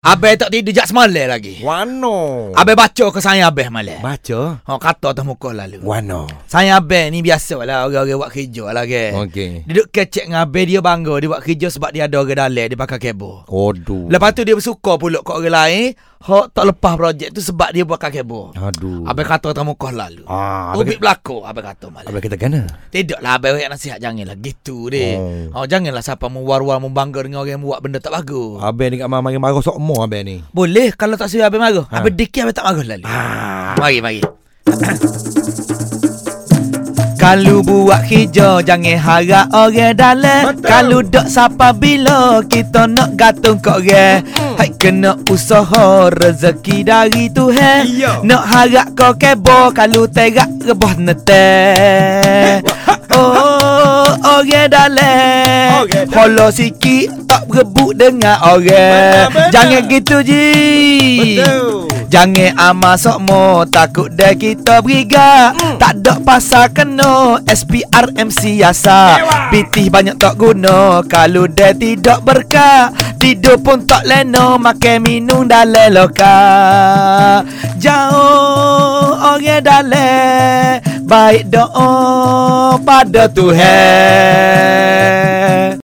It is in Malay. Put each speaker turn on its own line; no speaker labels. Abang tak tidur jak semalam lagi.
Wano.
Abang baca ke saya abang malam.
Baca.
Ha kata atas muka lalu.
Wano.
Saya abang ni biasalah orang-orang buat kerja lah ke.
Okey.
Duduk kecek dengan abang dia bangga dia buat kerja sebab dia ada orang dalam dia pakai kabel.
Aduh.
Lepas tu dia bersuka pula kat orang lain, hak tak lepas projek tu sebab dia pakai kabel.
Aduh.
Abang kata atas muka lalu.
Ah, abang,
Ubik berlaku abang kata malam.
abang kata kena.
Tidaklah abang yang nasihat janganlah gitu deh. Oh. oh
Oh.
janganlah siapa mewar-war membangga dengan orang yang buat benda tak bagus.
Abang ni kat mama yang marah sok mo abang ni.
Boleh kalau tak suruh abang marah.
Ha.
Abang dikir abang tak marah lalu.
Ah.
Mari, mari. Kalau buat hijau Jangan harap orang dalam
Betul.
Kalau dok sapa bila Kita nak gantung kat orang
Hmm.
Hai kena usaha Rezeki dari Tuhan
Iya.
Nak harap kau kebo Kalau terak rebah nete Oh orang dalam
Orang dalam.
Holo sikit Tak berebut dengan orang
Betul, betul.
Jangan gitu ji Jangan amal sokmo Takut dah kita beriga mm. Tak ada pasal kena SPRM siasa
Ewa.
Pitih banyak tak guna Kalau dah tidak berkah Tidur pun tak leno Makan minum dalam loka Jauh orang dalam Baik doa pada Tuhan